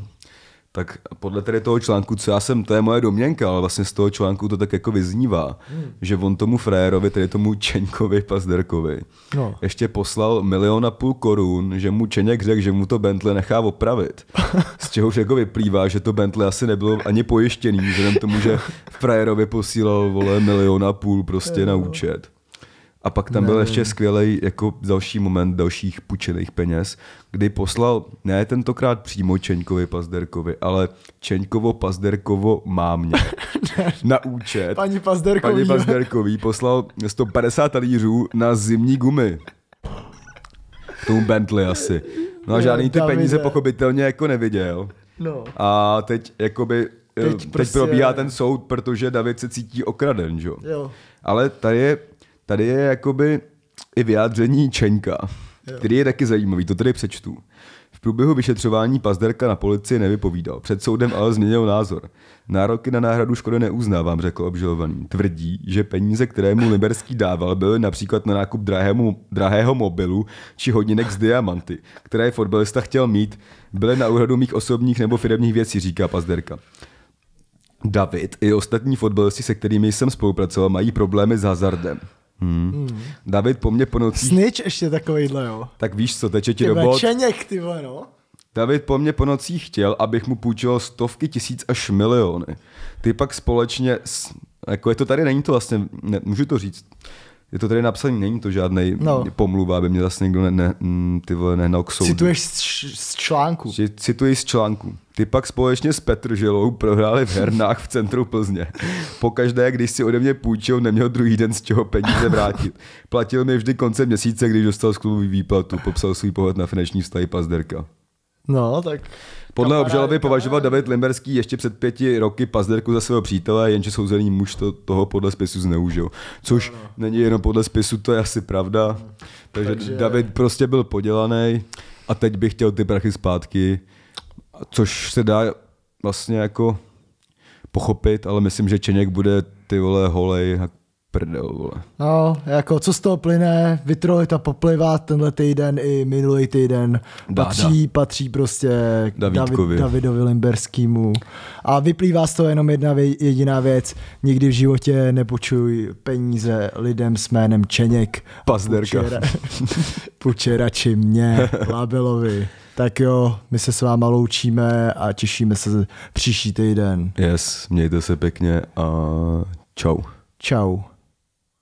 tak podle tady toho článku, co já jsem, to je moje domněnka, ale vlastně z toho článku to tak jako vyznívá, hmm. že on tomu frajerovi, tedy tomu Čeňkovi Pazderkovi,
No.
ještě poslal milion a půl korun, že mu Čeněk řekl, že mu to Bentley nechá opravit. Z čehož jako vyplývá, že to Bentley asi nebylo ani pojištěný, vzhledem k tomu, že frajerovi posílal vole milion a půl prostě na účet. A pak tam byl ještě skvělý jako další moment dalších půjčených peněz, kdy poslal ne tentokrát přímo Čeňkovi Pazderkovi, ale Čeňkovo Pazderkovo mámě na účet.
Paní Pazderkový,
Paní
jo.
Pazderkový poslal 150 talířů na zimní gumy. K tomu Bentley asi. No a
Jo,
žádný ty
Davide.
peníze pochopitelně jako neviděl.
No.
A teď jakoby
Teď
teď, teď
prostě-
prostě... probíhá ten soud, protože David se cítí okraden, že?
Jo.
Ale tady je, tady je jakoby i vyjádření Čeňka, jo. který je taky zajímavý, to tady přečtu. V průběhu vyšetřování Pazderka na policii nevypovídal. Před soudem ale změnil názor. Nároky na náhradu škody neuznávám, řekl obžalovaný. Tvrdí, že peníze, které mu Liberský dával, byly například na nákup drahému, drahého mobilu či hodinek z diamanty, které fotbalista chtěl mít, byly na úhradu mých osobních nebo firemních věcí, říká Pazderka. David i ostatní fotbalisti, se kterými jsem spolupracoval, mají problémy s hazardem. Hmm. David po mně po nocích...
Snitch ještě takovýhle, jo.
Tak víš co, teče ti
Ty
do
vole,
bod.
čeněk, ty vole, no.
David po mně po nocích chtěl, abych mu půjčil stovky tisíc až miliony. Ty pak společně, s, jako je to tady, není to vlastně, ne, můžu to říct, je to tady napsaný, není to žádný
No.
no. pomluva, aby mě zase někdo ne, ne, mm, ty vole, nehnal k soudu.
Cituješ z, č- z článku.
Že cituji z článku. Ty pak společně s Petržilou prohráli v hernách v centru Plzně. Pokaždé, když si ode mě půjčil, neměl druhý den z čeho peníze vrátit. Platil mi vždy konce měsíce, když dostal z klubu výplatu, popsal svůj pohled na finanční vztahy Pazderka.
No, tak
Podle
Kamarádi,
obžaloby považoval David Limberský ještě před pěti roky Pazderku za svého přítele, jenže souzený muž to, toho podle spisu zneužil. Což není jenom podle spisu, to je asi pravda. Takže,
Takže-
Takže David prostě byl podělaný a teď bych chtěl ty prachy zpátky, což se dá vlastně jako pochopit, ale myslím, že Čeněk bude ty vole holej a prdel, vole.
No, jako co z toho plyne, vytrolit a poplivat tenhle týden i minulý týden
Dáda.
patří, patří prostě k
Davidkovi.
David, Davidovi Limberskýmu. A vyplývá z toho jenom jedna vě, jediná věc, nikdy v životě nepočuj peníze lidem s jménem Čeněk.
Pazderka.
Pučerači mě, Labelovi. Tak jo, my se s váma loučíme a těšíme se příští týden.
Yes, mějte se pěkně a čau.
Čau.